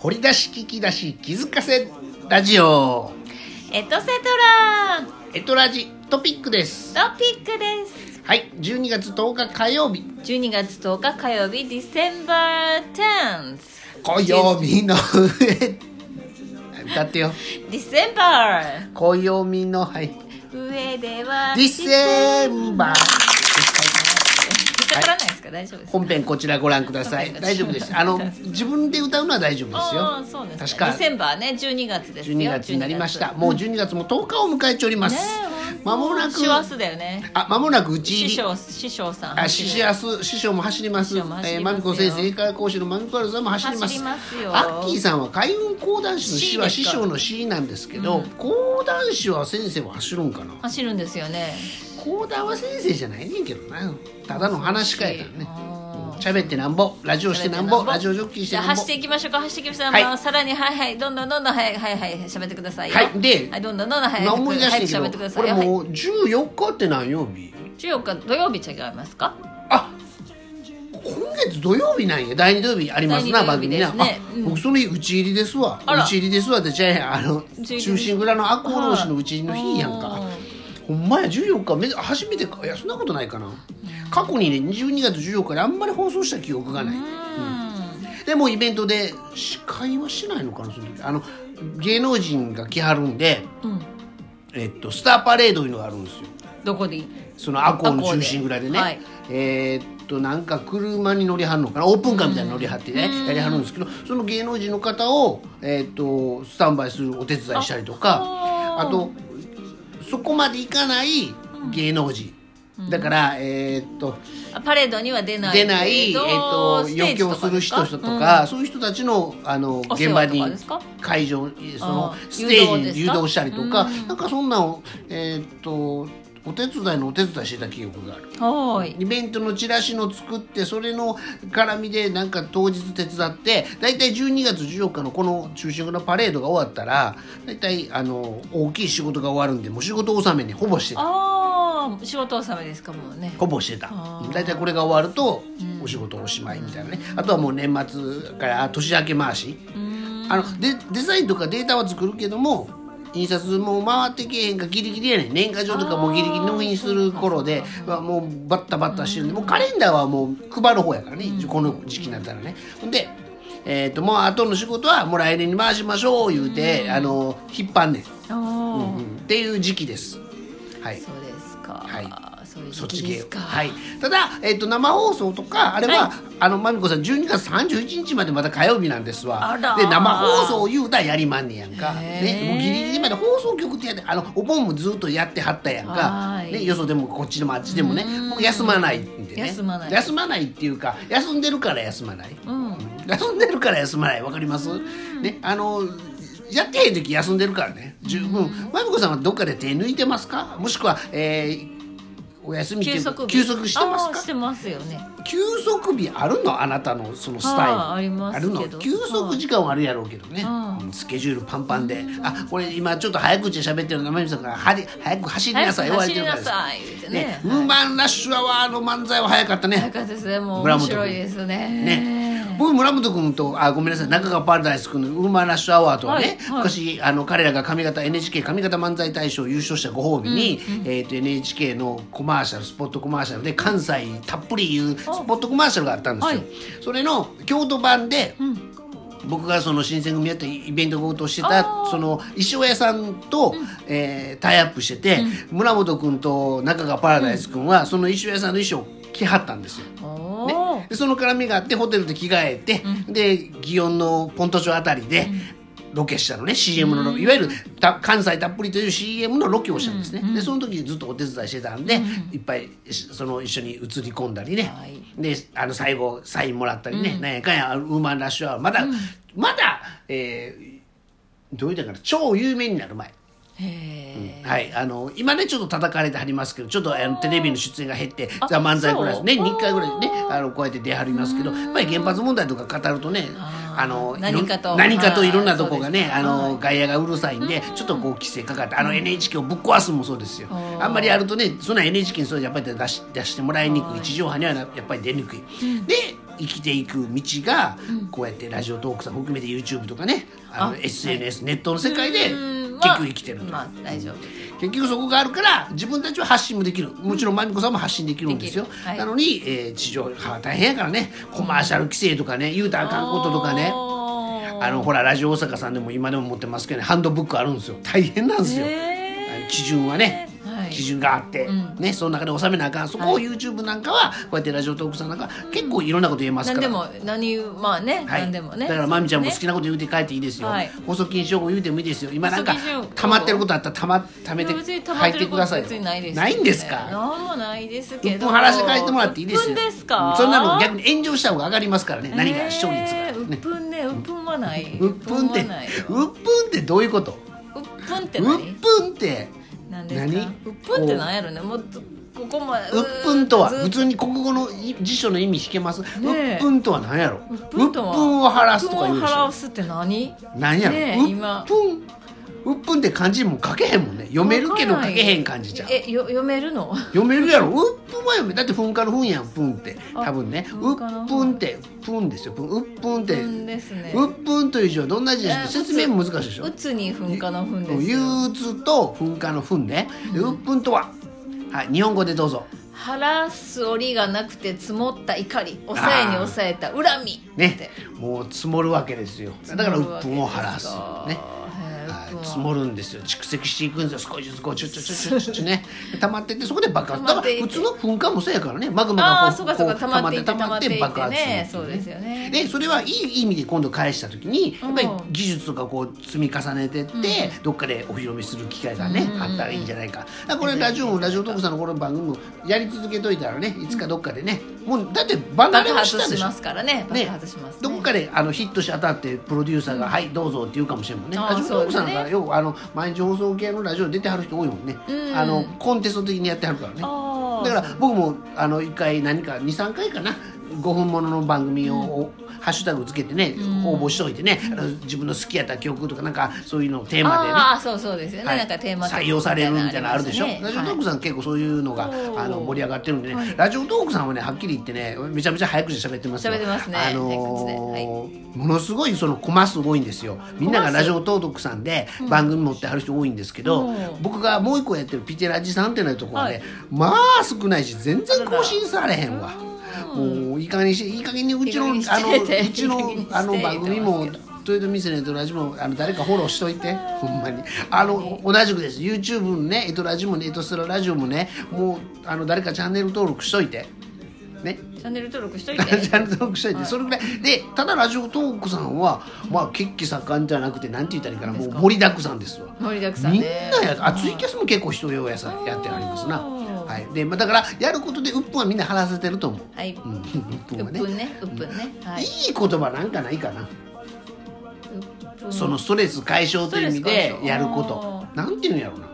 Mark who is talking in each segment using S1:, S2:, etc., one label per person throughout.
S1: 掘り出し聞き出し気づかせラジオ
S2: エトセト
S1: エトラジトピックです
S2: ラトピックです
S1: はい12月10日火曜日
S2: 12月10日火曜日 December 10th
S1: 暦の上歌ってよ
S2: December
S1: 暦のはい
S2: 上では
S1: ディセンバー
S2: 引っかからないですか、大丈夫ですか
S1: 本編こちらご覧ください
S2: 本編
S1: 大丈夫ですあの自分で歌うのは大丈夫ですよ
S2: ああそうです
S1: 確か
S2: ディセンバーね12月ですよ
S1: 12月になりましたもう12月も10日を迎えております、
S2: ね
S1: まもなく
S2: 師走だよね
S1: あまもなく打ち
S2: 師
S1: 入り
S2: 匠師匠さん
S1: あ師師明日師匠も走ります
S2: 師匠も走
S1: え
S2: り
S1: ー
S2: ま
S1: マ
S2: すよ
S1: ミコ先生英会話講師のマミコアルさんも走ります
S2: 走りますよ
S1: アッキーさんは海運講談師の師は
S2: 師
S1: 師
S2: ですか
S1: 匠の師なんですけど、講談師は先生は走るんかな
S2: 走るんですよね
S1: 講談は先生じゃないねんけどなただの話し家やからね
S2: あー
S1: 喋ってなんぼラジオしてなんぼラジオジョッキーして
S2: じゃあ
S1: なんぼ
S2: 走っていきましょうか走っていきましょう
S1: はい
S2: あのさらにはいはいどんどんどんどんはいはいはい喋ってくださいよ
S1: はいで
S2: はいどんどんどんどんはい
S1: 今思い出して
S2: 早く喋
S1: る
S2: って
S1: け
S2: くだ
S1: ど
S2: さ
S1: こ
S2: い
S1: れ
S2: よはい
S1: もう14日って何曜日
S2: 14日土曜日違いますか
S1: あ今月土曜日なんや第2土曜日ありますな
S2: 第
S1: 番
S2: 二土曜日
S1: 組
S2: で
S1: な、
S2: すね
S1: あ
S2: うん
S1: 僕その日打ち入りですわ
S2: あら
S1: 打ち入りですわってじゃああの
S2: 打ち入り
S1: 中心蔵の赤穂浪士の打ち入りの日やん
S2: は
S1: か
S2: い
S1: ほんまや14日め初めてかいやそんなことないかな過去にね12月14日にあんまり放送した記憶がない
S2: うん
S1: でもうイベントで司会はしないのかなその時あの芸能人が来はるんで、
S2: うん
S1: えっと、スターパレードいうのがあるんですよ
S2: どこでいい
S1: そのアコーの中心ぐらいでね、
S2: 赤穂で
S1: えーっとなんか車に乗りはるのかなオープンカーみたいに乗りはってね、やりはるんですけどその芸能人の方を、えーっとスタンバイするお手伝いしたりとか
S2: あ
S1: あとそこまでいかない芸能人、だから、えーっと
S2: あパレードには出ない
S1: 出ない、え
S2: けど
S1: ーっと
S2: ステ
S1: 余
S2: ージ
S1: 興
S2: とか
S1: する人
S2: です
S1: と
S2: か
S1: か、そういう人たちのあの
S2: お世
S1: 現場
S2: 話と
S1: に
S2: かですか
S1: 会場その
S2: あー
S1: ステージに誘
S2: 誘導ですか
S1: 導したりとか
S2: うん
S1: なんかそんなのえーっとお手伝いのお手伝いしてた記憶がある。
S2: はーい
S1: イベントのチラシの作ってそれの絡みでなんか当日手伝って大体12月14日のこの中心のパレードが終わったら大体あの大きい仕事が終わるんでもう仕事納めにほぼしてた
S2: ああ仕事納めですかもうね
S1: ほぼしてた
S2: あー
S1: 大体これが終わるとお仕事おしまいみたいなねあとはもう年末から年明け回し
S2: うーん
S1: あのデデザインとかデータは作るけども印刷も回ってけえへんかギリギリやねん年賀状とかもギリギリ納品する頃ではもうバッタバッタしてるんでもうカレンダーはもう配る方やからね、この時期になったらねほんでえっ、ともう後の仕事はもう来年に回しましょう言うて、あの引っ張んねん、
S2: あ
S1: うん
S2: ー
S1: っていう時期ですはい
S2: そうですか
S1: は
S2: そういう
S1: そ
S2: 時
S1: っち
S2: 期
S1: 系
S2: で
S1: を
S2: すか
S1: はいただ、えっと生放送とかあれは、
S2: は
S1: あのまみこさん12月31日までまた火曜日なんですわ
S2: あら
S1: で生放送を言うたらやりまんねやんか、
S2: へー
S1: ね、もうギリギリまで放送局ってやってあのお盆もずっとやってはったやん
S2: は
S1: か、
S2: い
S1: ね、よそでもこっちでもあっちでもね
S2: うん
S1: もう休まないんでね
S2: 休まない
S1: 休まないっていうか休んでるから休まない、
S2: うん
S1: 休んでるから休まないわかります、ねあのやってへん時休んでるからね十分まみこさんはどっかで手抜いてますかもしくは、えーお休みってい
S2: 休
S1: うか
S2: 息日
S1: 休息してます
S2: あーし
S1: か
S2: てますよね
S1: 休息日あるのあなたのそのスタイル
S2: あーありますけど
S1: るの休息時間はあるやろうけどね、
S2: うん
S1: うんスケジュールパンパンで、あこれ今ちょっと早口で喋ってる生身さんからはり早く走りなさい
S2: 早く走
S1: 言
S2: り
S1: われ
S2: な
S1: てるから
S2: さい言ってね
S1: ね、ウーマンラッシュアワーの漫才は早かったね
S2: なんかですねもう
S1: ブラ
S2: 面
S1: モト君
S2: 白いですね
S1: ね、僕村本君とあごめんなさい中川パラダイス君の「ウーマンラッシュアワー」とはね、
S2: はいはい
S1: 昔あの彼らが髪型 NHK 髪型漫才大賞優勝したご褒美に、えー、と NHK のコマーシャルスポットコマーシャルで関西たっぷり言うスポットコマーシャルがあったんですよ、
S2: はい
S1: それの京都版で、
S2: ん
S1: 僕がその新選組やったイベントごとしてた
S2: あー
S1: その衣装屋さんと、えータイアップしてて、村本君と中川パラダイス君は、その衣装屋さんの衣装を着はったんですよ
S2: お
S1: ね
S2: ー
S1: でその絡みがあってホテルで着替えて、で祇園のポント町あたりでロケしたのね CM のロケいわゆるた関西たっぷりという CM のロケをしたんですね、でその時ずっとお手伝いしてたんで、いっぱいしその一緒に映り込んだりね、
S2: はい
S1: であの最後サインもらったりね、なんやかんやウーマンラッシュアワーまだ、まだ、えーどう言うたらいいかな超有名になる前。
S2: へ
S1: はい、あの今ねちょっと叩かれてはりますけどちょっとあのテレビの出演が減って「
S2: あ
S1: ザ漫才ぐらいですね
S2: そう
S1: 2回ぐらいねあのこうやって出はりますけどやっぱり原発問題とか語るとね
S2: あー
S1: あのいろ
S2: 何かと
S1: 何かと
S2: はい
S1: いろんなとこが
S2: そう
S1: ね
S2: です
S1: あの
S2: は
S1: 外野がうるさいんでちょっとこう規制かかってあの NHK をぶっ壊すもそうですよ
S2: あー
S1: あんまりやるとねそんな NHK にそうやっぱり出し出してもらいにく
S2: はいい
S1: 地上波にはなやっぱり出にくい。で生きていく道が、こうやってラジオトークさん含めて YouTube とかねあの
S2: あ
S1: SNS、ネットの世界で
S2: うん
S1: 結
S2: まあ
S1: 局生きてると、
S2: まあ大丈夫です
S1: 結局そこがあるから自分たちは発信もできるもちろんまみこさんも発信できるんですよ、
S2: できるはい
S1: なのに、えー地上波は大変やからねコマーシャル規制とかね言うたらあかんこととかねあのほらラジオ大阪さんでも今でも持ってますけどねハンドブックあるんですよ大変なんですよ、
S2: へー
S1: 基準はね、
S2: はい
S1: 基準があって、
S2: うん
S1: ねその中で収めなあかんそこを
S2: はい
S1: YouTube なんかはこうやってラジオトークさんなんかは結構いろんなこと言えます
S2: 何
S1: か
S2: で
S1: ら。
S2: も何まあね、
S1: はい、
S2: 何でもね
S1: だからまみちゃんも好
S2: ね
S1: きなこと言うて帰っていいですよ、
S2: はい
S1: 放送禁止用語言うてもいいですよ今なんか
S2: 放送禁止用語
S1: 溜まってることあったらたま溜めて
S2: 別に溜ま
S1: 入
S2: っ
S1: ってて
S2: る
S1: く
S2: こ
S1: だ
S2: と
S1: さい
S2: 別にないです
S1: ないんですか
S2: 何もないですけ
S1: 鬱
S2: ど
S1: 憤晴らして帰ってもらっていいですよ
S2: うっぷんですか
S1: そんなの逆に炎上した方が上がりますからね何が視聴率
S2: え
S1: が
S2: ーうっ
S1: ね
S2: ぷんねうっぷんはない
S1: 鬱憤って
S2: うっぷんはないよ
S1: うっぷんってどういうこと
S2: うっぷんって
S1: うっ
S2: 何
S1: ぷんって
S2: 何ですか
S1: 何
S2: うっぷんって何やろねもっとここまで
S1: うっぷんとは
S2: ずっ
S1: 普通に国語のい辞書の意味引けます、
S2: ねえ
S1: うっぷんとは何やろう
S2: う
S1: っ
S2: っ
S1: ぷ
S2: ぷ
S1: ん
S2: んとは
S1: を晴らすとか言うでし
S2: うっぷんを
S1: ょ
S2: 払すって何
S1: 何やろ、
S2: ねえ
S1: うっ
S2: 今
S1: ぷんうっぷんって漢字も書けへんもんね読めるけど書けへん漢字じゃん
S2: えよ読めるの
S1: 読めるやろうっぷんは読めだって噴火の噴やん噴って多分ねう
S2: 噴
S1: っ
S2: 火の噴
S1: ぷんってぷんですよぷんうっぷんって、
S2: うんですね
S1: うっぷんという字はどんな字でしょう
S2: えー
S1: 説明も難しいでしょ
S2: うつに噴火の噴ですよ
S1: 憂鬱と噴火の噴ねでうっぷんとははい日本語でどうぞ
S2: 晴らす折がなくて積もった怒り抑えに抑えた恨み
S1: ねもう積もるわけですよだからうっぷんを晴らすねはい積も
S2: る
S1: るんですよ蓄積していくんですよ少しずつこうちょちょちょちょちょちょね溜まってってそこで爆発だ
S2: 溜
S1: か
S2: まっていっ
S1: ら
S2: て
S1: 普通の噴火もそうやからねマグマが
S2: ああー
S1: こ
S2: そううかそう
S1: こ
S2: か
S1: う溜
S2: 溜
S1: ま
S2: ま
S1: っ
S2: ってていって
S1: 溜
S2: 溜
S1: ま
S2: ま
S1: っ
S2: ってていっ
S1: 爆
S2: て
S1: 発するん
S2: ね
S1: です
S2: そ
S1: よ
S2: う
S1: ね
S2: ですよね
S1: でそれはいい意味で今度返した時に
S2: う
S1: やっ
S2: ん
S1: ぱり技術とかこう積み重ねてって、どっかでお披露目する機会がね、
S2: うん
S1: あったらいいんじゃないかだからこれラジオもラジオトークさんのこの番組もやり続けといたらねいつかどっかでねもうだって離
S2: 爆
S1: れは
S2: 発
S1: したで
S2: し
S1: しょ
S2: ますからね
S1: ね
S2: 爆発しますね
S1: どこかであのヒットし当たってプロデューサーが「はいどうぞ」って言うかもしれんもんね
S2: あ
S1: ラ
S2: ー
S1: ジオトークさん
S2: そうです
S1: な
S2: ね
S1: んかよくあの毎日放送系のラジオに出てはる人多いもんね
S2: うん
S1: あのコンテスト的にやってはるからね
S2: あ
S1: だ
S2: ー
S1: から僕もあの1回何か23回かな5分ものの番組を、ハッシュタグつけてね、応募しといてねあの自分の好きやった曲とかなんかそういうのをテーマでね
S2: ああそうそうですよね、
S1: はい
S2: なんかテーマ
S1: 採用されるみたいなのあるでしょ、
S2: みたいな
S1: ラ
S2: の
S1: ジオトー
S2: ありま
S1: クさん結構そういうのが
S2: おー
S1: あの盛り上がってるんでね、
S2: はい
S1: ラジオトークさんはねはっきり言ってねめちゃめちゃ早口で喋ってますよ
S2: 喋ってますね
S1: あの
S2: 早
S1: ーものすごいそのコマ数多いんですよみんながラジオトークさんで番組持ってはる人多いんですけど、
S2: うん
S1: 僕がもう一個やってるピテラジさんっていうところはね、
S2: はい
S1: まあ少ないし全然更新されへんわ。もういい加減にしていい加減にうちのあ
S2: いい加減
S1: の
S2: にしてて
S1: うちの
S2: いい加減にして
S1: あの番組も
S2: 言ってますけど
S1: トイレミスのエトラジもあの誰かフォローしといてほんまにあの同じくです YouTube もねエトラジもねエトスララジオもねもうあの誰かチャンネル登録しといてね
S2: すねはいチャンネル登録しとい
S1: チ
S2: て
S1: ャンネ ル登録しといて、それぐらいでただラジオトークさんはまあ血気盛んじゃなくてなんて言ったらいいかなもう盛りだくさんですわ
S2: 盛りだくさん
S1: み
S2: で
S1: んなやあツイキャスも結構人用やさやってありますな、
S2: うん
S1: はい、でまあだからやることで鬱憤はみんな晴らせてると思う
S2: はい、う
S1: うん、うっぷん
S2: っ
S1: はね
S2: ぷんねうっぷんねはいい
S1: い言葉なんかないかな、
S2: うっぷん
S1: そのストレス解消という意味
S2: ストレス
S1: で
S2: 解消
S1: やることなんていうんやろうな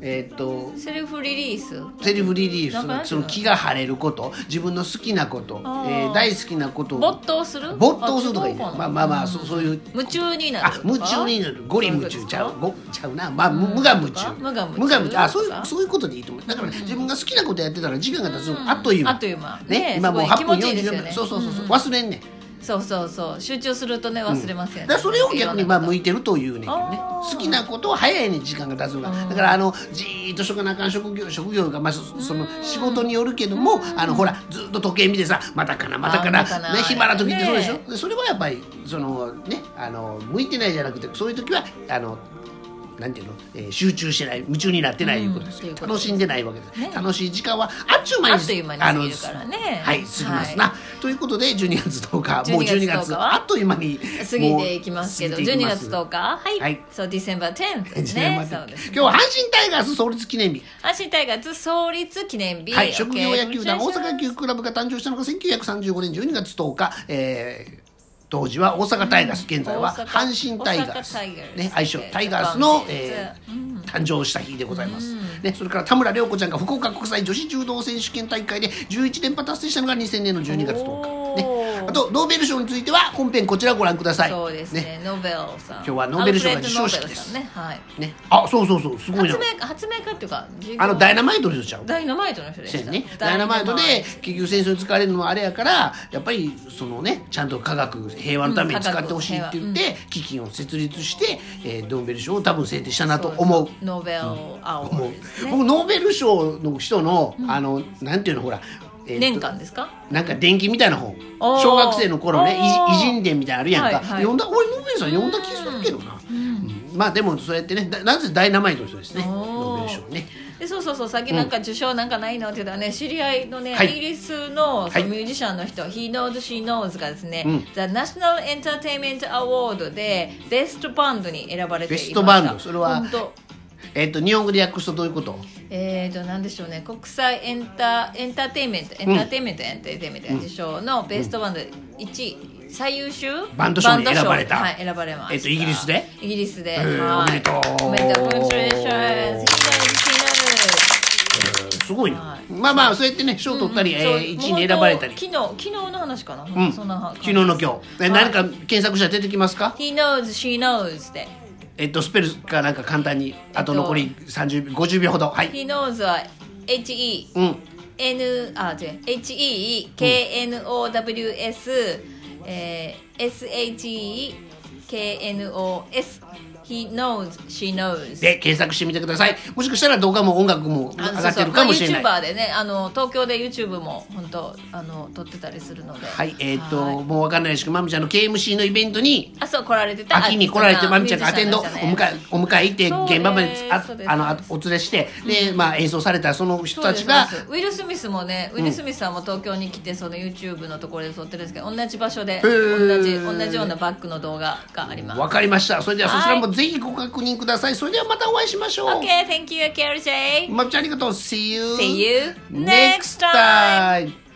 S1: えーっと
S2: セルフリリース
S1: セリフリリース
S2: なんかなんて
S1: そ
S2: いう
S1: の
S2: の
S1: 気が晴れること自分の好きなこと、え
S2: あー
S1: ー大好きなことを
S2: 没頭する
S1: 没頭するとか言うね
S2: あ
S1: まあまあまあそそういう
S2: 夢中にな
S1: あ
S2: るとか
S1: 夢中になるゴリ夢中ちゃうごちゃうなまあ無無我夢中
S2: 無我夢中
S1: あそういうそういうことでいいと思うだからね、自分が好きなことやってたら時間が経つのあっという間
S2: あっという間
S1: ね
S2: ね
S1: 今もう
S2: すごい
S1: 8分
S2: 気持ちいいですよね
S1: 44秒そうそうそうそう
S2: うん
S1: 忘れんねん
S2: そうそうそう集中するとね忘れますよね、
S1: だからそれを逆にまあ向
S2: い
S1: いてるというねんけどね
S2: あー
S1: 好きなことは早いねん時間が経つのがだからあのじーっとしとかなあかん職業職業がまあそその仕事によるけどもあのほらずっと時計見てさまたかなまたかな
S2: あーまたかな
S1: ね暇な時ってそうでしょ
S2: ね
S1: でそれはやっぱりそのねあの向いてないじゃなくてそういう時はあのなんていうの、えー集中してない夢中になってないいうことですよ、
S2: うんということです
S1: 楽しんでないわけです、
S2: ね
S1: 楽しい時間はあっちゅう間に
S2: あっという間に過ぎるからね
S1: あのはい過ぎますな、ということで12月10日もう12月
S2: 12月10日は
S1: あっという間に
S2: 過ぎていきますけど
S1: 過ぎていき
S2: 12
S1: ます
S2: 月10日はい、
S1: はい
S2: そう December 10
S1: 10
S2: ね
S1: 月10日
S2: そうで
S1: 今
S2: すね
S1: 日は阪神タイガース創立記念日、
S2: 阪神タイガース創立記念日、
S1: はい、
S2: OK
S1: 職業野球団大阪野球
S2: よ
S1: クラブが誕生したのが1935年12月10日、えー当時は大阪タイガース、現在は
S2: 大阪
S1: 阪神タイガース
S2: 大阪タイガース
S1: ね、愛称タイガースの、
S2: ジャ
S1: え
S2: パ
S1: ー誕生した日でございます、ね、それから田村涼子ちゃんが福岡国際女子柔道選手権大会で11連覇達成したのが2000年の12月10日、ね
S2: お、ー
S1: あとノーベル賞については本編こちらご覧ください
S2: そうですねノベルさん
S1: 今日はノーベル賞が授賞式です
S2: アルフレッドノーベルさんね、はい、
S1: ねあそうそうそうすごいな
S2: 発明家発明家っていうか
S1: あのダイナ
S2: マ
S1: マイトの人ちゃう
S2: ダイナマイトの人で
S1: せ
S2: し
S1: や
S2: た
S1: ねダイナマイトで
S2: ダイナマイ
S1: 結局戦争に使われるのはあれやからやっぱりそのねちゃんと科学平和のために使ってほしいって言って、基金を設立して、えーノーベル賞を多分制定したなと思う。
S2: ノーベルアワ
S1: もう
S2: ーですね
S1: 僕ノーベル賞の人の、あのなんていうのほら、えーと
S2: 年間ですか
S1: なんか電気みたいな本
S2: おー
S1: 小学生の頃ね
S2: おー
S1: 偉偉人伝みたいなのあるやんか、
S2: はいはい
S1: 読んだ俺ノーベルさん読んだ気するけどな、うんまあでもそうやってねだなぜダイナマイトの人ですね
S2: おー
S1: ノーベル賞ね
S2: でそうそうそう先なんか受賞なんかないのって言ったらね知り合いのね、
S1: はい
S2: イギリスのそ
S1: は
S2: の
S1: い
S2: ミュージシャンの人、He Knows She Knows がですね、
S1: うん
S2: The National Entertainment Award でベストバンドに選ばれていました
S1: ベストバンドそれは
S2: 本当
S1: えっ、と日本語で訳すとどういうこと
S2: えーとなんでしょうね国際エンタエンターテインメントエンターテインメント、エンターテインメント受賞のベストバンド1位最優秀
S1: バンド賞に選ばれた
S2: バンド賞はい選ばれました
S1: えっとイギリスで
S2: イギリスで、
S1: えー
S2: はい
S1: おめでとう
S2: おめでとう Congratulations He knows, she knows
S1: すごいな、
S2: はい
S1: まあまあそうやってね賞取ったり、えー、1位に選ばれたり
S2: 昨日昨日の話かな、
S1: うん
S2: そんな
S1: 昨日の今日、え何か
S2: 「
S1: 検索したら出てきますか
S2: He knows she knows」で
S1: えっとスペルかなんか簡単にあと
S2: えっと
S1: 残り30秒50秒ほどは
S2: 「
S1: い
S2: He knows」は
S1: うん
S2: HEN あ違う HEKNOWS、えー、SHEKNOS He knows she knows
S1: で検索してみてくださいもしかしたら動画も音楽も上
S2: あの
S1: がってるかもしれない
S2: そうそうまあ YouTuber でねあの東京で YouTube も本当あの撮ってたりするのでは
S1: はい、えっ、と、
S2: はい
S1: もうわかんないですけど、まみちゃんの KMC のイベントに、
S2: あそう来られてた
S1: 秋に来られて、
S2: あ
S1: まみちゃんがアテンド、お
S2: ミュ
S1: 迎
S2: ージシャンの人ね
S1: え、お迎え行
S2: そ
S1: っ
S2: う
S1: て、
S2: です
S1: 現場まであ
S2: そうです
S1: あのあお連れして、で、まあ、演奏されたその人たちが、
S2: そうですそうですウィル・スミスもねウィル・スミスさんも東京に来てその YouTube のところで撮ってるんですけど同じ場所で
S1: ー
S2: 同じ同じようなバックの動画があります
S1: わかりました。それではそちらもぜひご確認ください。それではまたお会いしましょう。
S2: OK thank you KRJ
S1: まみちゃんありがとう。See you,
S2: See you
S1: next
S2: next
S1: time.